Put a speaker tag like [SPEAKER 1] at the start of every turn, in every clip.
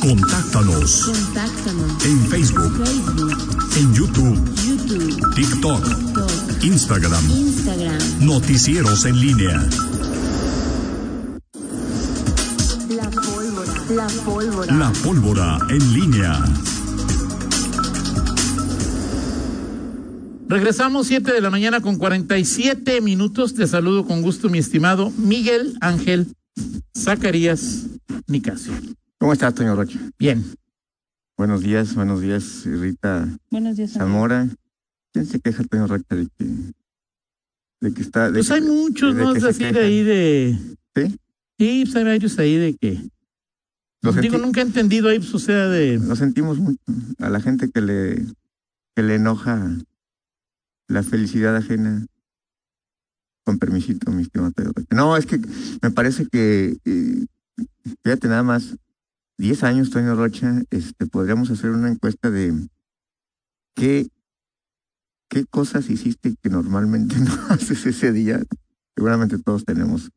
[SPEAKER 1] Contáctanos
[SPEAKER 2] Contáctanos.
[SPEAKER 1] en Facebook,
[SPEAKER 2] Facebook,
[SPEAKER 1] en YouTube,
[SPEAKER 2] YouTube,
[SPEAKER 1] TikTok,
[SPEAKER 2] TikTok,
[SPEAKER 1] Instagram,
[SPEAKER 2] Instagram.
[SPEAKER 1] Noticieros en línea.
[SPEAKER 2] La pólvora. La pólvora.
[SPEAKER 1] La pólvora en línea.
[SPEAKER 3] Regresamos 7 de la mañana con 47 minutos. Te saludo con gusto, mi estimado Miguel Ángel Zacarías Nicasio.
[SPEAKER 4] ¿Cómo estás, Toño Rocha?
[SPEAKER 3] Bien,
[SPEAKER 4] Buenos días, buenos días, Rita
[SPEAKER 5] Buenos días. amigo.
[SPEAKER 4] Zamora. ¿Quién se queja, Toño Rocha, de que, de que está... de
[SPEAKER 3] pues
[SPEAKER 4] que-
[SPEAKER 3] hay muchos,
[SPEAKER 4] de
[SPEAKER 3] ¿no?
[SPEAKER 4] que
[SPEAKER 3] Es
[SPEAKER 4] se
[SPEAKER 3] decir,
[SPEAKER 4] quejan.
[SPEAKER 3] ahí de.
[SPEAKER 4] ¿Sí?
[SPEAKER 3] Sí, pues hay varios ahí de que.
[SPEAKER 4] Lo,
[SPEAKER 3] Digo,
[SPEAKER 4] senti-
[SPEAKER 3] nunca he entendido ahí, pues, o sea, de.
[SPEAKER 4] lo sentimos mucho a la gente que le, que le enoja la felicidad ajena. Con permisito, mi estimado Toño Rocha. No, es que me parece que, eh, fíjate, nada más, 10 años, Toño Rocha, este, podríamos hacer una encuesta de qué, qué cosas hiciste que normalmente no haces ese día. Seguramente todos tenemos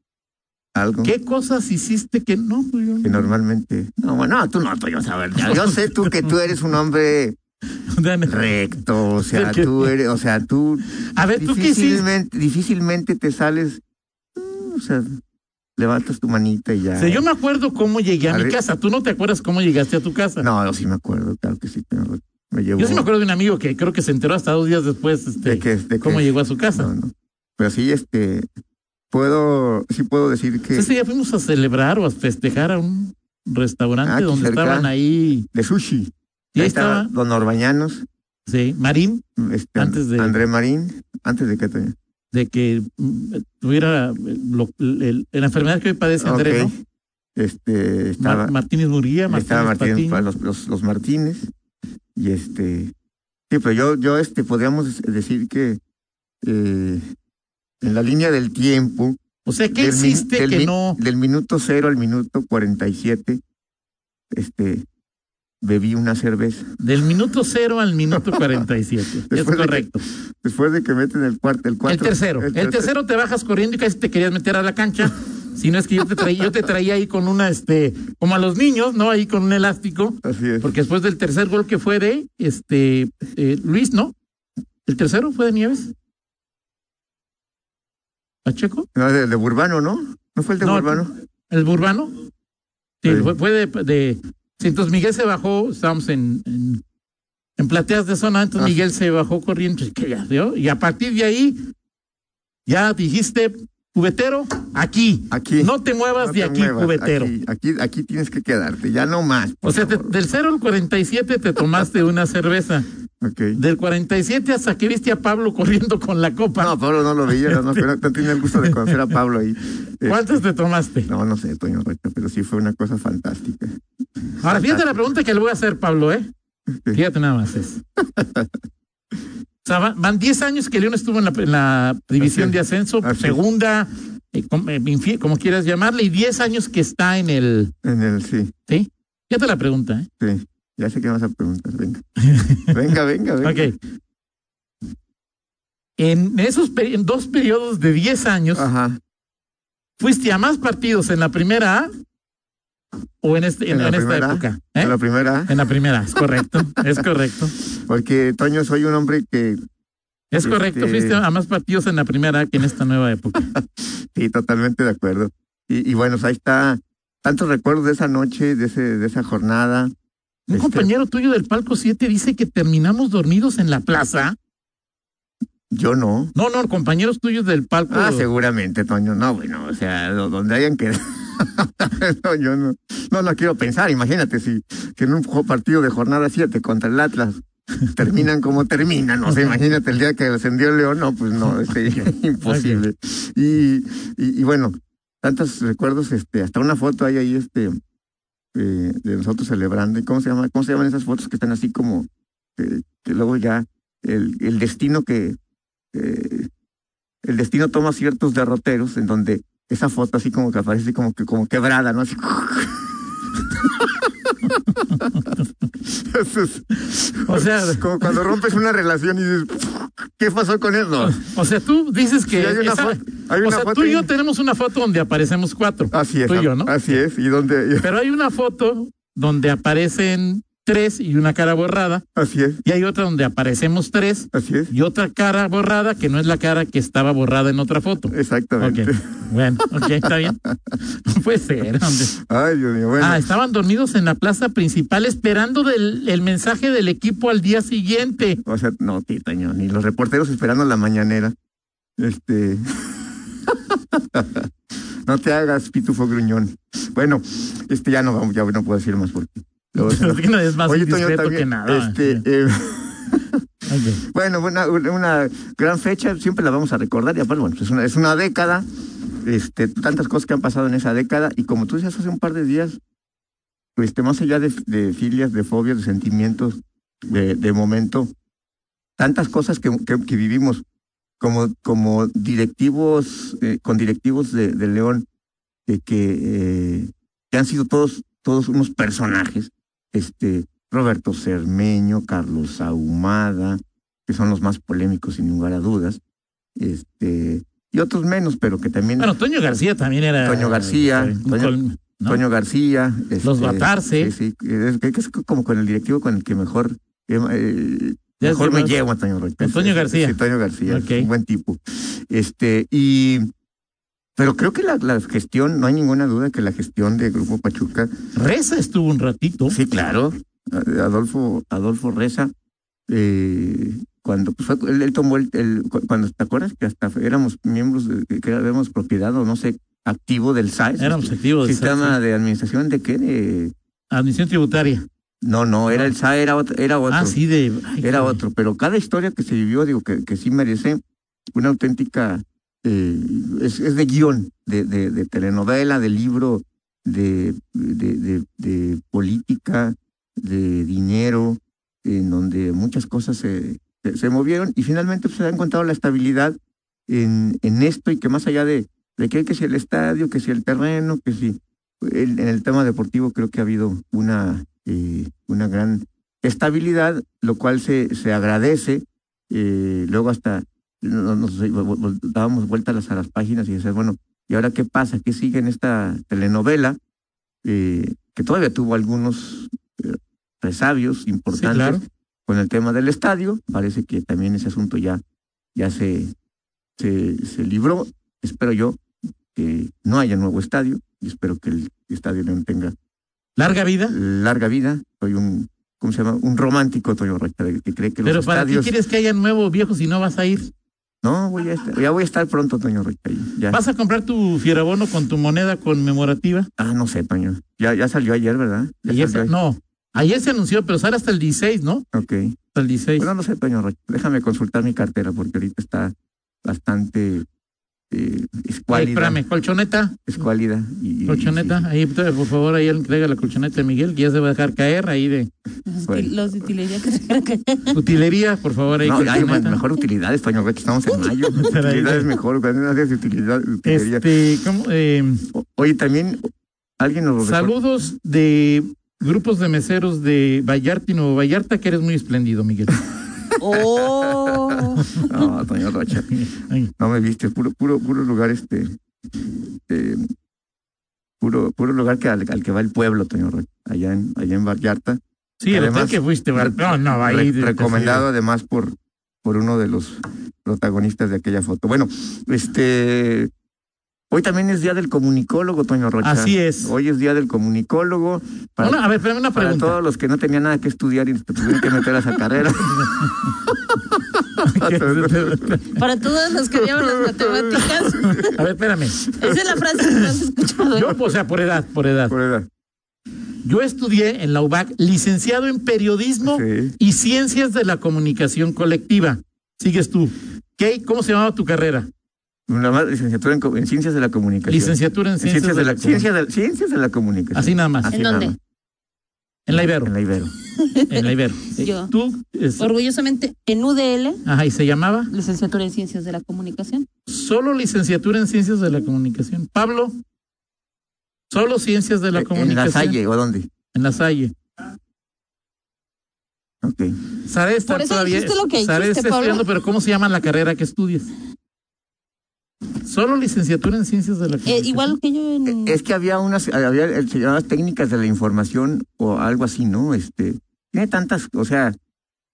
[SPEAKER 4] algo
[SPEAKER 3] ¿Qué cosas hiciste que no? pues, yo
[SPEAKER 4] que
[SPEAKER 3] no-
[SPEAKER 4] normalmente... No, bueno, no, tú no, Toño, a ver, ya, yo sé tú que tú eres un hombre
[SPEAKER 3] O sea,
[SPEAKER 4] recto, o sea, tú eres, o sea, tú
[SPEAKER 3] A ver, ¿tú qué hiciste?
[SPEAKER 4] difícilmente, difícilmente te sales, mm, o sea, levantas tu manita y ya.
[SPEAKER 3] O sea, yo me acuerdo cómo llegué a, mi
[SPEAKER 4] Arri-
[SPEAKER 3] casa. Tú no te acuerdas cómo llegaste a tu casa.
[SPEAKER 4] No, yo sí me acuerdo, claro que sí. Pero me llevó.
[SPEAKER 3] Yo sí me acuerdo de un amigo que creo que se enteró hasta dos días después este,
[SPEAKER 4] de que, de
[SPEAKER 3] cómo
[SPEAKER 4] que-
[SPEAKER 3] llegó a su casa.
[SPEAKER 4] No, no. Pero sí, este, puedo, sí puedo decir que
[SPEAKER 3] Ese día fuimos a celebrar o a festejar a un restaurante
[SPEAKER 4] Ah, aquí
[SPEAKER 3] donde
[SPEAKER 4] cerca.
[SPEAKER 3] estaban ahí.
[SPEAKER 4] de sushi.
[SPEAKER 3] Y
[SPEAKER 4] Ahí
[SPEAKER 3] ahí
[SPEAKER 4] estaba
[SPEAKER 3] estaba,
[SPEAKER 4] Don Orbañanos,
[SPEAKER 3] sí, Marín,
[SPEAKER 4] este,
[SPEAKER 3] Antes de-
[SPEAKER 4] André Marín, antes de que Toño?
[SPEAKER 3] de que mm, tuviera eh, lo- el- el- la enfermedad que hoy padece Andrés,
[SPEAKER 4] Ok.
[SPEAKER 3] ¿no?
[SPEAKER 4] Este,
[SPEAKER 3] Ma-
[SPEAKER 4] estaba,
[SPEAKER 3] Martínez Murguía, Martínez,
[SPEAKER 4] estaba Martínez,
[SPEAKER 3] Patiño.
[SPEAKER 4] pa- los, los, los Martínez, y este, sí, pero yo, yo, este, podríamos decir que, eh, en la línea del tiempo,
[SPEAKER 3] O sea, ¿qué
[SPEAKER 4] del min-
[SPEAKER 3] existe
[SPEAKER 4] del
[SPEAKER 3] que
[SPEAKER 4] min-
[SPEAKER 3] no?
[SPEAKER 4] Del minuto cero al minuto cuarenta y siete, este, bebí una cerveza.
[SPEAKER 3] Del minuto cero al minuto 47. es
[SPEAKER 4] Después de que-
[SPEAKER 3] correcto.
[SPEAKER 4] Después de que meten el cuarto, el
[SPEAKER 3] El
[SPEAKER 4] cuatro.
[SPEAKER 3] tercero. El,
[SPEAKER 4] terce-
[SPEAKER 3] tercero te bajas corriendo y casi te querías meter a la cancha. Si no es que yo te traía, yo te traía ahí con una, este, como a los niños, ¿no? Ahí con un elástico.
[SPEAKER 4] Así es.
[SPEAKER 3] Porque después del tercer gol que fue de este eh, Luis, ¿no? ¿El tercero fue de Nieves? ¿Pacheco?
[SPEAKER 4] No, de, de Burbano, ¿no? ¿No fue el de
[SPEAKER 3] No,
[SPEAKER 4] Burbano?
[SPEAKER 3] ¿El Burbano? Sí,
[SPEAKER 4] Sí.
[SPEAKER 3] fue, fue de, de- sí, entonces Miguel se bajó, estábamos en, en, en plateas de zona, entonces
[SPEAKER 4] Ah.
[SPEAKER 3] Miguel se bajó corriendo, y que ya, ¿vio? y a partir de ahí ya dijiste, cubetero, aquí.
[SPEAKER 4] Aquí.
[SPEAKER 3] No te muevas
[SPEAKER 4] No
[SPEAKER 3] de
[SPEAKER 4] te
[SPEAKER 3] aquí,
[SPEAKER 4] muevas,
[SPEAKER 3] cubetero.
[SPEAKER 4] Aquí, aquí, aquí tienes que quedarte, ya no más.
[SPEAKER 3] O
[SPEAKER 4] por
[SPEAKER 3] sea, te-
[SPEAKER 4] favor.
[SPEAKER 3] del 0 al 47 te tomaste una cerveza.
[SPEAKER 4] Ok.
[SPEAKER 3] Del 47 hasta que viste a Pablo corriendo con la copa.
[SPEAKER 4] No, Pablo no lo veía, no, no, no tenía el gusto de conocer a Pablo ahí. Eh,
[SPEAKER 3] ¿Cuántas te tomaste?
[SPEAKER 4] No, no sé, Toño Rocha, pero sí fue una cosa fantástica.
[SPEAKER 3] Ahora, fíjate la pregunta que le voy a hacer, Pablo, ¿eh? Fíjate nada más eso. O sea, va- van 10 años que León estuvo en la, en la división
[SPEAKER 4] Así es,
[SPEAKER 3] de ascenso,
[SPEAKER 4] así es.
[SPEAKER 3] segunda, eh, com- eh, infi- como quieras llamarle, y 10 años que está en el...
[SPEAKER 4] En el sí,
[SPEAKER 3] ¿Sí? Fíjate la pregunta, ¿eh?
[SPEAKER 4] sí. Ya sé qué vas a preguntar, venga. Venga, venga, venga.
[SPEAKER 3] Ok. En esos peri- en dos periodos de 10 años,
[SPEAKER 4] Ajá.
[SPEAKER 3] ¿fuiste a más partidos en la primera A o en, este, en,
[SPEAKER 4] En la
[SPEAKER 3] en esta
[SPEAKER 4] primera A,
[SPEAKER 3] época? ¿Eh?
[SPEAKER 4] La primera,
[SPEAKER 3] En la primera, es correcto, es correcto.
[SPEAKER 4] porque Toño, soy un hombre que
[SPEAKER 3] Es correcto,
[SPEAKER 4] Este-
[SPEAKER 3] fuiste a más partidos en la primera que en esta nueva época.
[SPEAKER 4] Sí, totalmente de acuerdo. Y, y bueno, pues ahí está tantos recuerdos de esa noche, de, ese, de esa jornada.
[SPEAKER 3] Un
[SPEAKER 4] Este-
[SPEAKER 3] compañero tuyo del palco 7 dice que terminamos dormidos en la plaza.
[SPEAKER 4] Yo no.
[SPEAKER 3] No, no, compañeros tuyos del palco.
[SPEAKER 4] Ah, seguramente, Toño. No, bueno, o sea, do- donde hayan quedado. no, yo no. No lo quiero pensar. Imagínate si que en un jo- partido de jornada 7 contra el Atlas terminan como terminan. O sea, imagínate el día que descendió el León. No, pues no, es imposible. Y, y, y bueno, tantos recuerdos, este, hasta una foto hay ahí, este, eh, de nosotros celebrando. ¿Y cómo se llama? ¿Cómo se llaman esas fotos que están así como eh, que luego ya el, el destino que eh, el destino toma ciertos derroteros en donde esa foto así como que aparece como que como quebrada, ¿no? Así. Eso es-
[SPEAKER 3] O sea-
[SPEAKER 4] como cuando rompes una relación y dices, ¿qué pasó con eso?
[SPEAKER 3] O sea, tú dices que.
[SPEAKER 4] Sí, hay una
[SPEAKER 3] esa-
[SPEAKER 4] foto- hay
[SPEAKER 3] o
[SPEAKER 4] una
[SPEAKER 3] sea,
[SPEAKER 4] foto
[SPEAKER 3] tú y
[SPEAKER 4] ahí. Ah.
[SPEAKER 3] yo tenemos una foto donde aparecemos cuatro.
[SPEAKER 4] Así es,
[SPEAKER 3] Tú y yo, ¿no?
[SPEAKER 4] así es, y donde
[SPEAKER 3] Pero hay una foto donde aparecen tres y una cara borrada,
[SPEAKER 4] Así es,
[SPEAKER 3] y hay otra donde aparecemos tres
[SPEAKER 4] así es.
[SPEAKER 3] y otra cara borrada que no es la cara que estaba borrada en otra foto. Ok,
[SPEAKER 4] Exactamente.
[SPEAKER 3] bueno, ok, está bien. No puede ser, hombre.
[SPEAKER 4] Ay, Dios mío, bueno.
[SPEAKER 3] Ah, estaban dormidos en la plaza principal esperando del- el mensaje del equipo al día siguiente.
[SPEAKER 4] O sea, no, Titaño, ni los reporteros esperando la mañanera. Este. no te hagas, pitufo gruñón. Bueno, este ya no vamos, ya no puedo decir más porque. luego se nos-
[SPEAKER 3] es más
[SPEAKER 4] Oye, Toño,
[SPEAKER 3] indiscreto
[SPEAKER 4] también,
[SPEAKER 3] que nada.
[SPEAKER 4] este, eh,
[SPEAKER 3] Ok.
[SPEAKER 4] bueno, una, una gran fecha, siempre la vamos a recordar, y aparte, bueno, pues es una, es una década, este, tantas cosas que han pasado en esa década, y como tú decías hace un par de días, este, más allá de, de filias, de fobias, de sentimientos, de, de momento, tantas cosas que, que, que vivimos como, como directivos, eh, con directivos de, de León, de que, eh, que han sido todos, todos unos personajes, este, Roberto Cermeño, Carlos Ahumada, que son los más polémicos sin lugar a dudas, este, y otros menos, pero que también
[SPEAKER 3] Bueno, Toño García también era.
[SPEAKER 4] Toño García,
[SPEAKER 3] eh, un
[SPEAKER 4] Toño-
[SPEAKER 3] col- ¿no?
[SPEAKER 4] Toño García. este,
[SPEAKER 3] Los Batarse.
[SPEAKER 4] Sí, sí, es, que- que es como con el directivo con el que mejor, eh, eh,
[SPEAKER 3] Ya
[SPEAKER 4] mejor
[SPEAKER 3] se
[SPEAKER 4] me
[SPEAKER 3] va-
[SPEAKER 4] llevo a Toño García.
[SPEAKER 3] Con Toño García.
[SPEAKER 4] Sí, Toño García, es
[SPEAKER 3] Ok.
[SPEAKER 4] un buen tipo. Este, y... Pero creo que la, la gestión, no hay ninguna duda que la gestión de Grupo Pachuca
[SPEAKER 3] Reza estuvo un ratito.
[SPEAKER 4] Sí, claro. A- Adolfo, Adolfo Reza, eh, cuando pues, fue, él, él tomó el, el- cu- cuando te acuerdas que hasta éramos miembros de- que éramos propiedad o no sé, activo del SAES,
[SPEAKER 3] Éramos activos. de
[SPEAKER 4] sistema
[SPEAKER 3] SAT.
[SPEAKER 4] de administración de qué de-
[SPEAKER 3] Administración tributaria.
[SPEAKER 4] no, no, era el SAE, era otro, era otro,
[SPEAKER 3] Ah, sí, de. ay,
[SPEAKER 4] era
[SPEAKER 3] caray.
[SPEAKER 4] otro, pero cada historia que se vivió, digo, que, que sí merece una auténtica eh, es, es de guión, de, de, de telenovela, de libro, de, de, de, de política, de dinero, en donde muchas cosas se, se, se movieron y finalmente pues, se ha encontrado la estabilidad en, en esto y que más allá de, de que, que si el estadio, que si el terreno, que si el- en el tema deportivo creo que ha habido una, eh, una gran estabilidad, lo cual se, se agradece. eh, luego hasta no- no sé, vo- vo- dábamos vueltas a las- a las páginas y decías, bueno, ¿y ahora qué pasa? ¿Qué sigue en esta telenovela? Eh, que todavía tuvo algunos eh, resabios importantes
[SPEAKER 3] claro.
[SPEAKER 4] con el tema del estadio. Parece que también ese asunto ya, ya se, se, se libró. Espero yo que no haya nuevo estadio y espero que el estadio León tenga
[SPEAKER 3] Larga vida.
[SPEAKER 4] larga vida. Soy un, ¿cómo se llama? Un romántico, Toño Rocha, de- que cree que
[SPEAKER 3] Pero
[SPEAKER 4] los
[SPEAKER 3] para ti
[SPEAKER 4] estadios...
[SPEAKER 3] quieres que haya nuevo o viejo si no vas a ir.
[SPEAKER 4] No, voy a estar, ya voy a estar pronto, Toño Rocha. ahí, Ya.
[SPEAKER 3] ¿Vas a comprar tu fierabono con tu moneda conmemorativa?
[SPEAKER 4] Ah, no sé, Toño. Ya, ya salió ayer, ¿verdad? Ya
[SPEAKER 3] Ayer se-
[SPEAKER 4] salió
[SPEAKER 3] no. Ayer se anunció, pero sale hasta el 16, ¿no?
[SPEAKER 4] ayer. Ok.
[SPEAKER 3] Hasta el 16.
[SPEAKER 4] Bueno, no sé, Toño Rocha. Déjame consultar mi cartera porque ahorita está bastante... Eh,
[SPEAKER 3] Ay,
[SPEAKER 4] escuálida,
[SPEAKER 3] espérame, colchoneta,
[SPEAKER 4] escuálida y- y- y-
[SPEAKER 3] colchoneta, ahí por favor, ahí entrega la colchoneta a Miguel, que ya se va a dejar caer ahí de
[SPEAKER 4] Bueno.
[SPEAKER 5] Los de utilería que se cargan.
[SPEAKER 3] utilería, por favor, ahí
[SPEAKER 4] No, hay ma-
[SPEAKER 3] colchoneta.
[SPEAKER 4] mejor utilidades, Toño Rocha. Estamos en mayo.
[SPEAKER 3] Caray.
[SPEAKER 4] utilidades mejor. cuando no haces utilidad, utilería.
[SPEAKER 3] Este, ¿cómo? Eh,
[SPEAKER 4] O- Oye, también alguien nos lo recordó.
[SPEAKER 3] saludos de grupos de meseros de Vallarta y Nuevo Vallarta, que eres muy espléndido, Miguel.
[SPEAKER 5] Oh.
[SPEAKER 4] No, Toño Rocha.
[SPEAKER 3] Ay,
[SPEAKER 4] No me viste, puro, puro, puro lugar este. eh, puro, puro lugar que al, al que va el pueblo, Toño Rocha, allá en, allá en Vallarta.
[SPEAKER 3] Sí, el
[SPEAKER 4] Además,
[SPEAKER 3] hotel que fuiste, Bar- no, no, ahí.
[SPEAKER 4] Re- recomendado además por, por uno de los protagonistas de aquella foto. Bueno, este hoy también es día del comunicólogo, Toño Rocha.
[SPEAKER 3] Así es.
[SPEAKER 4] Hoy es día del comunicólogo. Para,
[SPEAKER 3] Una- a ver, espérame una
[SPEAKER 4] para
[SPEAKER 3] pregunta.
[SPEAKER 4] todos los que no tenían nada que estudiar y te tuvieron que meter a esa carrera.
[SPEAKER 5] Para todos los que llevan las matemáticas,
[SPEAKER 3] a ver, espérame.
[SPEAKER 5] esa es la frase que más he escuchado. ¿eh?
[SPEAKER 3] Yo, o sea, por edad, por edad.
[SPEAKER 4] Por edad.
[SPEAKER 3] Yo estudié en la UBAC, licenciado en periodismo
[SPEAKER 4] Sí.
[SPEAKER 3] y ciencias de la comunicación colectiva. Sigues tú. ¿Qué? ¿Cómo se llamaba tu carrera?
[SPEAKER 4] Una más licenciatura en, co- en ciencias de la comunicación.
[SPEAKER 3] Licenciatura en
[SPEAKER 4] En
[SPEAKER 3] ciencias, de la,
[SPEAKER 4] ciencia de, ciencias de la comunicación.
[SPEAKER 3] Así nada más.
[SPEAKER 5] ¿En
[SPEAKER 4] nada
[SPEAKER 5] dónde?
[SPEAKER 4] más.
[SPEAKER 3] En la Ibero.
[SPEAKER 4] En la Ibero.
[SPEAKER 3] En la Ibero.
[SPEAKER 5] Yo.
[SPEAKER 3] ¿Tú? es-
[SPEAKER 5] Orgullosamente en UDL,
[SPEAKER 3] ajá, y se llamaba
[SPEAKER 5] licenciatura en Ciencias de la Comunicación.
[SPEAKER 3] solo licenciatura en ciencias de la comunicación. Pablo, solo ciencias de Eh, la
[SPEAKER 4] en
[SPEAKER 3] comunicación.
[SPEAKER 4] la Salle, ¿o dónde?
[SPEAKER 3] En la Salle.
[SPEAKER 4] Ok.
[SPEAKER 3] Sara está
[SPEAKER 5] Por eso
[SPEAKER 3] todavía.
[SPEAKER 5] dijiste lo que
[SPEAKER 3] Sara
[SPEAKER 5] dijiste,
[SPEAKER 3] está
[SPEAKER 5] Pablo.
[SPEAKER 3] estudiando, pero ¿cómo se llama la carrera que estudias? Solo licenciatura en ciencias de la
[SPEAKER 5] Eh,
[SPEAKER 3] comunicación. Eh,
[SPEAKER 5] igual que yo en...
[SPEAKER 4] Es que había unas, había, eh, se llamaban técnicas de la información o algo así, ¿no? Este, tiene tantas, o sea,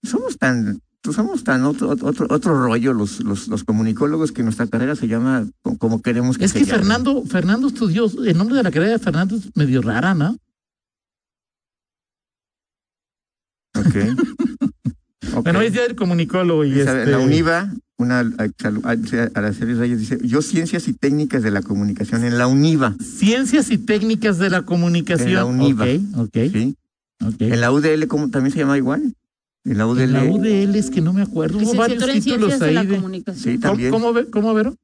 [SPEAKER 4] somos tan, somos tan otro, otro, otro rollo los, los, los comunicólogos que nuestra carrera se llama co- como queremos que
[SPEAKER 3] Es
[SPEAKER 4] se
[SPEAKER 3] que
[SPEAKER 4] llame.
[SPEAKER 3] Fernando, Fernando estudió, el nombre de la carrera de Fernando es medio rara, ¿no?
[SPEAKER 4] Ok. Ok.
[SPEAKER 3] Bueno, es día del comunicólogo y
[SPEAKER 4] Dice,
[SPEAKER 3] este,
[SPEAKER 4] La UNIVA, una a- salu- a- dice, Araceli Reyes dice, yo ciencias y técnicas de la comunicación en la UNIVA,
[SPEAKER 3] Ciencias y técnicas de la comunicación.
[SPEAKER 4] En la UNIVA.
[SPEAKER 3] Ok, ok,
[SPEAKER 4] ¿sí?
[SPEAKER 3] ok.
[SPEAKER 4] En la UDL, ¿cómo también se llama igual? En la UDL.
[SPEAKER 3] En la UDL es que no me acuerdo. Hubo varios
[SPEAKER 5] Licenciatura en
[SPEAKER 3] títulos
[SPEAKER 5] Ciencias de
[SPEAKER 3] ahí.
[SPEAKER 5] la
[SPEAKER 3] de-
[SPEAKER 5] Comunicación.
[SPEAKER 4] Sí,
[SPEAKER 3] ¿Cómo,
[SPEAKER 4] también.
[SPEAKER 3] cómo ve- cómo, Vero?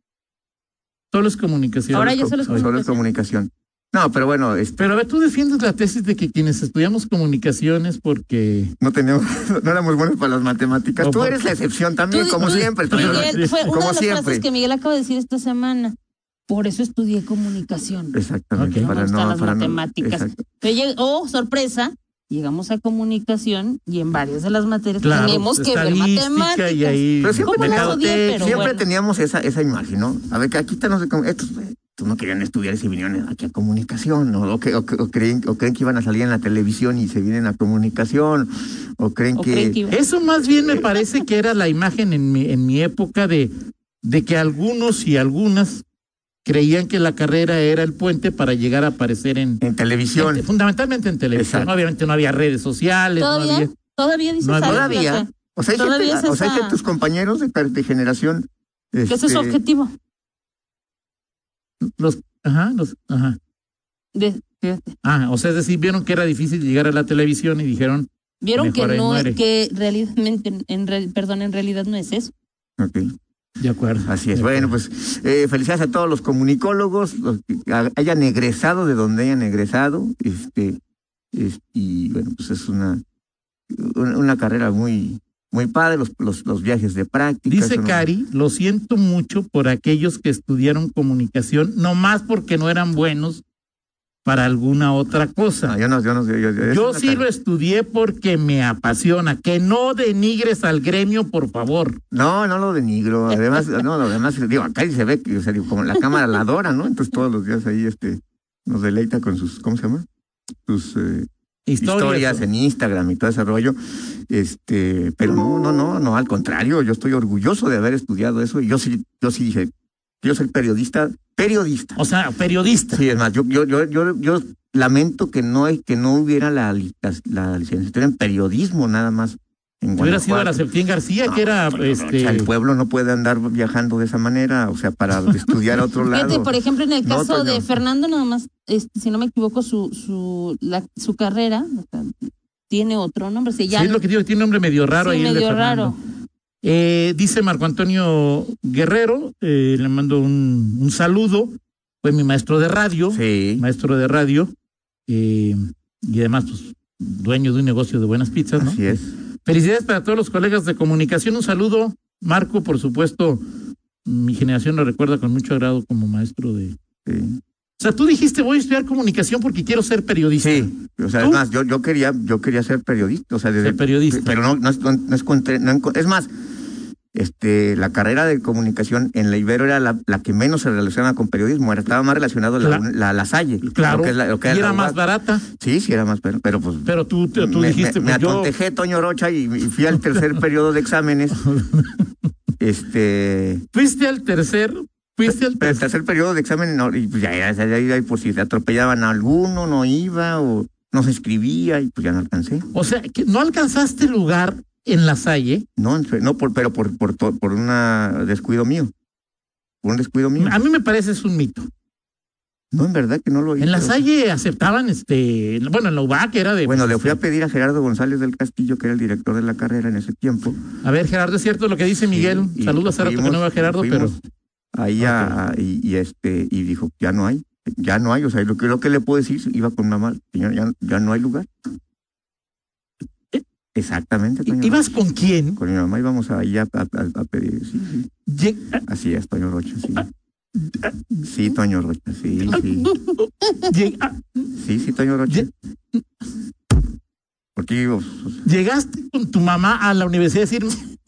[SPEAKER 3] Solo es comunicación.
[SPEAKER 5] Ahora Ah, ya solo es
[SPEAKER 4] Solo es comunicación. No, pero bueno, este,
[SPEAKER 3] Pero a ver, tú defiendes la tesis de que quienes estudiamos comunicaciones porque...
[SPEAKER 4] no teníamos, no éramos buenos para las matemáticas.
[SPEAKER 3] No,
[SPEAKER 4] tú
[SPEAKER 3] porque-
[SPEAKER 4] eres la excepción también,
[SPEAKER 5] Tú-
[SPEAKER 4] como
[SPEAKER 5] tú-
[SPEAKER 4] siempre.
[SPEAKER 5] tú-
[SPEAKER 4] Toño.
[SPEAKER 5] Miguel, fue una
[SPEAKER 4] Como
[SPEAKER 5] de las
[SPEAKER 4] siempre.
[SPEAKER 5] frases que Miguel acaba de decir esta semana. Por eso estudié comunicación.
[SPEAKER 4] Exactamente,
[SPEAKER 3] Ok.
[SPEAKER 4] para
[SPEAKER 5] Me
[SPEAKER 4] no,
[SPEAKER 5] gustan las
[SPEAKER 4] para no-
[SPEAKER 5] matemáticas.
[SPEAKER 4] exacto.
[SPEAKER 5] Pero lleg- oh, sorpresa, llegamos a comunicación y en varias de las materias
[SPEAKER 3] Claro,
[SPEAKER 5] tenemos que ver
[SPEAKER 3] estadística
[SPEAKER 5] matemáticas.
[SPEAKER 3] y ahí...
[SPEAKER 4] Pero siempre
[SPEAKER 5] ¿Cómo las
[SPEAKER 4] teníamos,
[SPEAKER 5] odié, pero
[SPEAKER 4] siempre
[SPEAKER 5] bueno.
[SPEAKER 4] teníamos esa, esa imagen, ¿no? A ver, que aquí están los de com- estos, eh, estos no querían estudiar y se vinieron aquí a comunicación, ¿no? o, que- o que- o creen, o creen que iban a salir en la televisión y se vienen a comunicación, o creen
[SPEAKER 5] O
[SPEAKER 4] que...
[SPEAKER 5] creen que iba-
[SPEAKER 3] Eso más bien me parece que era la imagen en mi, en mi época de, de que algunos y algunas creían que la carrera era el puente para llegar a aparecer en,
[SPEAKER 4] en televisión.
[SPEAKER 3] en- fundamentalmente en televisión.
[SPEAKER 4] Exacto.
[SPEAKER 3] Obviamente no había redes sociales, no
[SPEAKER 5] Todavía,
[SPEAKER 3] había.
[SPEAKER 5] todavía dices
[SPEAKER 3] No había-
[SPEAKER 5] algo,
[SPEAKER 4] Todavía.
[SPEAKER 5] Rafa,
[SPEAKER 4] O sea, hay
[SPEAKER 5] Todavía
[SPEAKER 4] gente,
[SPEAKER 5] es
[SPEAKER 4] o sea, hay
[SPEAKER 5] esa-
[SPEAKER 4] que tus compañeros de, car- de generación.
[SPEAKER 5] que ese es su
[SPEAKER 4] este,
[SPEAKER 5] objetivo.
[SPEAKER 3] Los, ajá, los, ajá.
[SPEAKER 5] De- fíjate.
[SPEAKER 3] Ah, o sea, es decir, vieron que era difícil llegar a la televisión y dijeron,
[SPEAKER 5] Vieron que
[SPEAKER 3] Mejor ahí
[SPEAKER 5] no
[SPEAKER 3] muere.
[SPEAKER 5] es que realmente, en real- perdón, en realidad no es eso.
[SPEAKER 4] ok.
[SPEAKER 3] de acuerdo.
[SPEAKER 4] Así es.
[SPEAKER 3] de
[SPEAKER 4] Bueno,
[SPEAKER 3] acuerdo.
[SPEAKER 4] pues eh, felicidades a todos los comunicólogos, los que ha- hayan egresado de donde hayan egresado. Este, es- y bueno, pues es una, una, una carrera muy, muy padre, los, los, los viajes de práctica.
[SPEAKER 3] Dice
[SPEAKER 4] eso no-
[SPEAKER 3] Cari, lo siento mucho por aquellos que estudiaron comunicación, nomás porque no eran buenos para alguna otra cosa.
[SPEAKER 4] No, yo no, yo no sé, yo, yo- es
[SPEAKER 3] Yo
[SPEAKER 4] una
[SPEAKER 3] sí
[SPEAKER 4] car-
[SPEAKER 3] lo estudié porque me apasiona. Que no denigres al gremio, por favor.
[SPEAKER 4] No, no lo denigro. Además, no, lo demás, digo, a Cari se ve, que, o sea, digo, como la cámara la adora, ¿no? Entonces todos los días ahí este, nos deleita con sus, ¿cómo se llama? Sus. eh,
[SPEAKER 3] Historias.
[SPEAKER 4] historias en Instagram y todo ese rollo. Este, pero no, no, no, no, al contrario, yo estoy orgulloso de haber estudiado eso. Y yo sí, yo sí dije, yo soy periodista, periodista.
[SPEAKER 3] O sea, periodista.
[SPEAKER 4] Sí, es más, yo, yo, yo, yo, yo lamento que no, que no hubiera la, li- la, la licenciatura en periodismo nada más. En
[SPEAKER 3] Si hubiera sido la
[SPEAKER 4] Guanajuato.
[SPEAKER 3] Septién García,
[SPEAKER 4] No,
[SPEAKER 3] que era
[SPEAKER 4] no, pues. no, o
[SPEAKER 3] este.
[SPEAKER 4] sea, el pueblo no puede andar viajando de esa manera, o sea, para estudiar a otro
[SPEAKER 5] Fíjate,
[SPEAKER 4] lado.
[SPEAKER 5] por ejemplo, en el
[SPEAKER 4] No,
[SPEAKER 3] pues
[SPEAKER 5] caso de
[SPEAKER 4] Toño.
[SPEAKER 5] Fernando, nada más, este, si no me equivoco, su, su, la, su carrera o sea, tiene otro nombre, se
[SPEAKER 3] Sí,
[SPEAKER 5] llama.
[SPEAKER 3] es lo que digo, tiene un nombre medio raro
[SPEAKER 5] Sí,
[SPEAKER 3] ahí. el de
[SPEAKER 5] medio
[SPEAKER 3] Fernando.
[SPEAKER 5] raro.
[SPEAKER 3] Eh, dice Marco Antonio Guerrero, eh, le mando un, un saludo. Fue mi maestro de radio,
[SPEAKER 4] Sí.
[SPEAKER 3] maestro de radio, eh, y además, pues, dueño de un negocio de buenas pizzas, ¿no?
[SPEAKER 4] Así es.
[SPEAKER 3] Felicidades para todos los colegas de comunicación. Un saludo, Marco, por supuesto. Mi generación lo recuerda con mucho agrado como maestro de.
[SPEAKER 4] sí.
[SPEAKER 3] O sea, tú dijiste voy a estudiar comunicación porque quiero ser periodista.
[SPEAKER 4] Sí, o sea,
[SPEAKER 3] ¿Tú?
[SPEAKER 4] además yo, yo quería, yo quería ser periodista, o sea, desde,
[SPEAKER 3] Ser periodista.
[SPEAKER 4] pero no, no, es- no, es contra- no encon- es más, este, la carrera de comunicación en la Ibero era la, la que menos se relacionaba con periodismo, era, estaba más relacionado a la,
[SPEAKER 3] Cla-
[SPEAKER 4] la, la Salle,
[SPEAKER 3] Claro.
[SPEAKER 4] lo que es la- lo que
[SPEAKER 3] y
[SPEAKER 4] era
[SPEAKER 3] era
[SPEAKER 4] la
[SPEAKER 3] más
[SPEAKER 4] UAC.
[SPEAKER 3] barata.
[SPEAKER 4] Sí, sí era más, pero, pero pues
[SPEAKER 3] Pero tú, tú tú
[SPEAKER 4] me,
[SPEAKER 3] dijiste,
[SPEAKER 4] me- me
[SPEAKER 3] pues, yo.
[SPEAKER 4] atontejé, Toño Rocha, y, y fui al tercer periodo de exámenes, este,
[SPEAKER 3] Fuiste al tercer. Fuiste al
[SPEAKER 4] pero el
[SPEAKER 3] tercer.
[SPEAKER 4] tercer periodo de exámenes, no, y pues ya, ya, ya, ya, ya, por si te atropellaban a alguno, no iba, o no se inscribía, y pues ya no alcancé.
[SPEAKER 3] O sea, que no alcanzaste lugar en la Salle.
[SPEAKER 4] No, en fe- no por, pero por, por, to- por un descuido mío. Por un descuido mío.
[SPEAKER 3] A mí me parece es un mito.
[SPEAKER 4] No, en verdad que no lo hice.
[SPEAKER 3] En la
[SPEAKER 4] o sea.
[SPEAKER 3] Salle aceptaban este. Bueno, en la UBAC era de.
[SPEAKER 4] Bueno, le fui a pedir a Gerardo González del Castillo, que era el director de la carrera en ese tiempo.
[SPEAKER 3] A ver, Gerardo, es cierto lo que dice Miguel.
[SPEAKER 4] Y- y
[SPEAKER 3] Saludos a rato que
[SPEAKER 4] fuimos-
[SPEAKER 3] no veo a Gerardo,
[SPEAKER 4] fuimos
[SPEAKER 3] pero.
[SPEAKER 4] Ahí a- y, y este, y dijo, ya no hay, ya no hay. O sea, lo que, lo que le puedo decir, iba con mamá, señor, ya, ya no hay lugar.
[SPEAKER 3] ¿Eh?
[SPEAKER 4] Exactamente, Toño
[SPEAKER 3] ¿Ibas con quién?
[SPEAKER 4] Rocha. Con mi mamá íbamos ahí a, a- a- a pedir. Sí, sí.
[SPEAKER 3] Lleg-
[SPEAKER 4] Así es, Toño Rocha, sí. Sí, Toño Rocha, sí, sí.
[SPEAKER 3] Lleg- ah,
[SPEAKER 4] Sí, sí, Toño Rocha.
[SPEAKER 3] Ye-
[SPEAKER 4] Porque digo, pues,
[SPEAKER 3] Llegaste con tu mamá a la universidad a decir,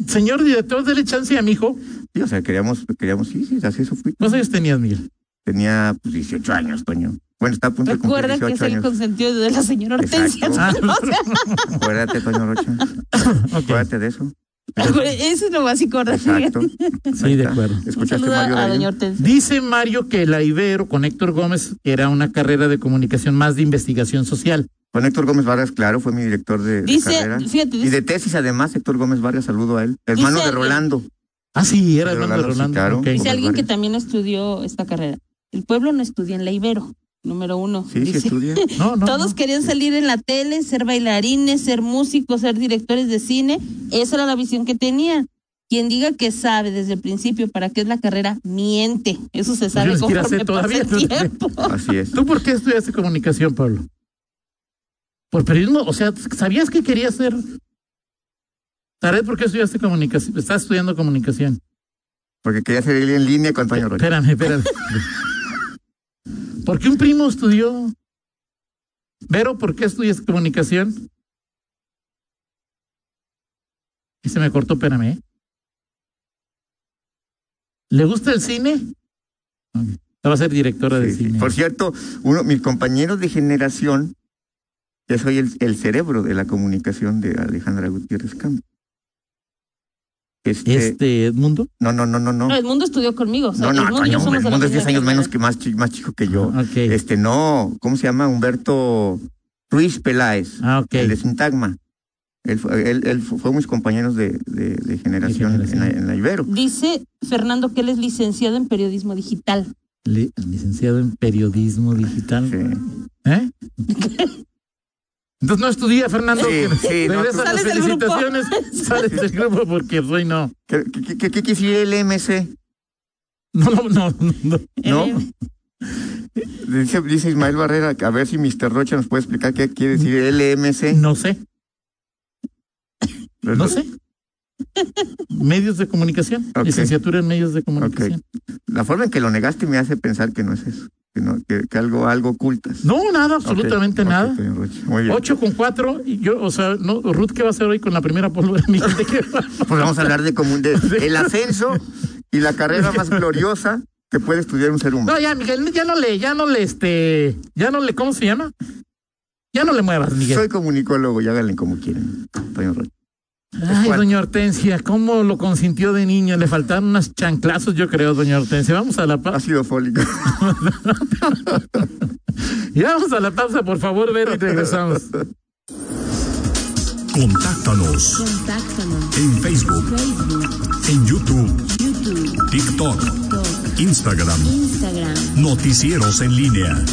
[SPEAKER 3] señor director, dele chance a mi hijo.
[SPEAKER 4] Sí, o sea, queríamos, queríamos, sí, sí, así eso fui.
[SPEAKER 3] ¿Cuántos años tenías, Miguel?
[SPEAKER 4] Tenía pues, 18 años, Toño. Bueno, está a punto de cumplir
[SPEAKER 5] Recuerda que es
[SPEAKER 4] 18
[SPEAKER 5] el
[SPEAKER 4] años.
[SPEAKER 5] consentido de la señora Hortensia.
[SPEAKER 4] Exacto.
[SPEAKER 5] ¿no? O sea,
[SPEAKER 4] Acuérdate, Toño Rocha.
[SPEAKER 3] Ok,
[SPEAKER 4] Acuérdate de eso.
[SPEAKER 5] eso es lo más importante.
[SPEAKER 4] Exacto.
[SPEAKER 3] sí, de acuerdo.
[SPEAKER 5] Un
[SPEAKER 4] ¿Escuchaste
[SPEAKER 5] saludo
[SPEAKER 4] Mario
[SPEAKER 5] a
[SPEAKER 4] Gallo?
[SPEAKER 5] doña Hortensia.
[SPEAKER 3] Dice Mario que la Ibero con Héctor Gómez era una carrera de comunicación más de investigación social.
[SPEAKER 4] Con Héctor Gómez Vargas, claro, fue mi director de, de
[SPEAKER 5] Dice,
[SPEAKER 4] carrera.
[SPEAKER 5] fíjate,
[SPEAKER 4] Y
[SPEAKER 5] dice,
[SPEAKER 4] de tesis, además, Héctor Gómez Vargas, saludo a él. Hermano
[SPEAKER 5] Dice-
[SPEAKER 4] de Rolando.
[SPEAKER 3] Ah, sí, era
[SPEAKER 4] De
[SPEAKER 3] hermano de
[SPEAKER 4] Rolando, sí,
[SPEAKER 3] Rolando.
[SPEAKER 4] claro.
[SPEAKER 3] ok.
[SPEAKER 5] dice
[SPEAKER 4] Gómez
[SPEAKER 5] alguien que
[SPEAKER 4] Vargas.
[SPEAKER 5] también estudió esta carrera. El pueblo no estudia en la Ibero, número uno.
[SPEAKER 4] Sí, sí
[SPEAKER 5] dice.
[SPEAKER 4] estudia.
[SPEAKER 3] No, no,
[SPEAKER 5] Todos
[SPEAKER 3] no.
[SPEAKER 5] querían salir en la tele, ser bailarines, ser músicos, ser directores de cine. Esa era la visión que tenían. Quien diga que sabe desde el principio para qué es la carrera, miente. Eso
[SPEAKER 4] Pues
[SPEAKER 5] se sabe
[SPEAKER 3] ni siquiera
[SPEAKER 5] conforme
[SPEAKER 3] sé
[SPEAKER 5] pasa
[SPEAKER 3] todavía,
[SPEAKER 5] el
[SPEAKER 3] no sé.
[SPEAKER 5] tiempo.
[SPEAKER 4] Así es.
[SPEAKER 3] ¿Tú por qué estudiaste comunicación, Pablo? Por periodismo, o sea, ¿sabías que querías ser? Tarek, por qué estudiaste comunicación? Estás estudiando comunicación.
[SPEAKER 4] Porque quería ser en línea con Toño Rocha.
[SPEAKER 3] Espérame, espérame. ¿Por qué un primo estudió? Vero, ¿por qué estudias comunicación? Y se me cortó, espérame. ¿eh? ¿Le gusta el cine? Ok. Ella Va a ser directora de
[SPEAKER 4] Sí, sí.
[SPEAKER 3] cine.
[SPEAKER 4] Por cierto, uno, mis compañeros de generación, yo soy el, el cerebro de la comunicación de Alejandra Gutiérrez Campos. Este,
[SPEAKER 3] este Edmundo.
[SPEAKER 4] no, no, no, no, no.
[SPEAKER 5] No, el mundo estudió conmigo. o sea,
[SPEAKER 4] No, no,
[SPEAKER 5] Edmundo y yo
[SPEAKER 4] Toño,
[SPEAKER 5] somos de
[SPEAKER 4] el
[SPEAKER 5] la
[SPEAKER 4] mundo es 10
[SPEAKER 5] misma
[SPEAKER 4] años menos
[SPEAKER 5] generación.
[SPEAKER 4] que más, chi- más chico que yo.
[SPEAKER 3] Ah, Ok.
[SPEAKER 4] Este, no, ¿cómo se llama? Humberto Ruiz Peláez,
[SPEAKER 3] ah, ok.
[SPEAKER 4] el de Sintagma. Él, fue- él, él fu- fue mis compañeros de, de, de generación,
[SPEAKER 3] generación.
[SPEAKER 4] En, la, en la Ibero.
[SPEAKER 5] Dice Fernando que él es licenciado en periodismo digital.
[SPEAKER 3] Li- licenciado en periodismo digital.
[SPEAKER 4] Sí.
[SPEAKER 3] ¿Eh? Entonces no estudia, Fernando.
[SPEAKER 4] Sí,
[SPEAKER 3] que
[SPEAKER 4] sí, no,
[SPEAKER 3] regresa
[SPEAKER 4] tú-
[SPEAKER 3] las
[SPEAKER 5] Sales del grupo.
[SPEAKER 3] felicitaciones. Sales del grupo porque pues, soy no.
[SPEAKER 4] ¿Qué, qué, qué- qué quisiera el MC?
[SPEAKER 3] No, no, no, no, no.
[SPEAKER 4] ¿No?
[SPEAKER 5] Eh,
[SPEAKER 4] Dice, dice Ismael Barrera, a ver si Mr. Rocha nos puede explicar qué quiere decir LMC.
[SPEAKER 3] No sé, no sé. Medios de comunicación.
[SPEAKER 4] Ok.
[SPEAKER 3] Licenciatura en medios de comunicación.
[SPEAKER 4] La forma en que lo negaste me hace pensar que no es eso, que, no- que- que algo, algo ocultas.
[SPEAKER 3] No, nada, absolutamente
[SPEAKER 4] Ok, ok,
[SPEAKER 3] nada.
[SPEAKER 4] señor Rocha. Muy bien.
[SPEAKER 3] Ocho con cuatro, y yo, o sea, no, Ruth, ¿qué va a hacer hoy con la primera pólvora? Mi gente, ¿qué va?
[SPEAKER 4] Pues vamos a hablar de común de el ascenso y la carrera más gloriosa que puede estudiar un ser humano.
[SPEAKER 3] No, ya, Miguel, ya no le, ya no le, este, ya no le, ¿cómo se llama? Ya no le muevas, pues, Miguel.
[SPEAKER 4] Soy comunicólogo y háganle como quieran. Toño Rocha.
[SPEAKER 3] Ay,
[SPEAKER 4] Juan.
[SPEAKER 3] doña Hortensia, ¿cómo lo consintió de niña? Le faltaron unas chanclazos, yo creo, doña Hortensia. Vamos a la pausa.
[SPEAKER 4] Ácido fólico.
[SPEAKER 3] Ya vamos a la pausa, por favor, Vero, y regresamos.
[SPEAKER 1] Contáctanos
[SPEAKER 2] Contáctanos.
[SPEAKER 1] en Facebook,
[SPEAKER 2] Facebook,
[SPEAKER 1] en YouTube,
[SPEAKER 2] YouTube,
[SPEAKER 1] TikTok,
[SPEAKER 2] TikTok,
[SPEAKER 1] Instagram,
[SPEAKER 2] Instagram.
[SPEAKER 1] Noticieros en línea.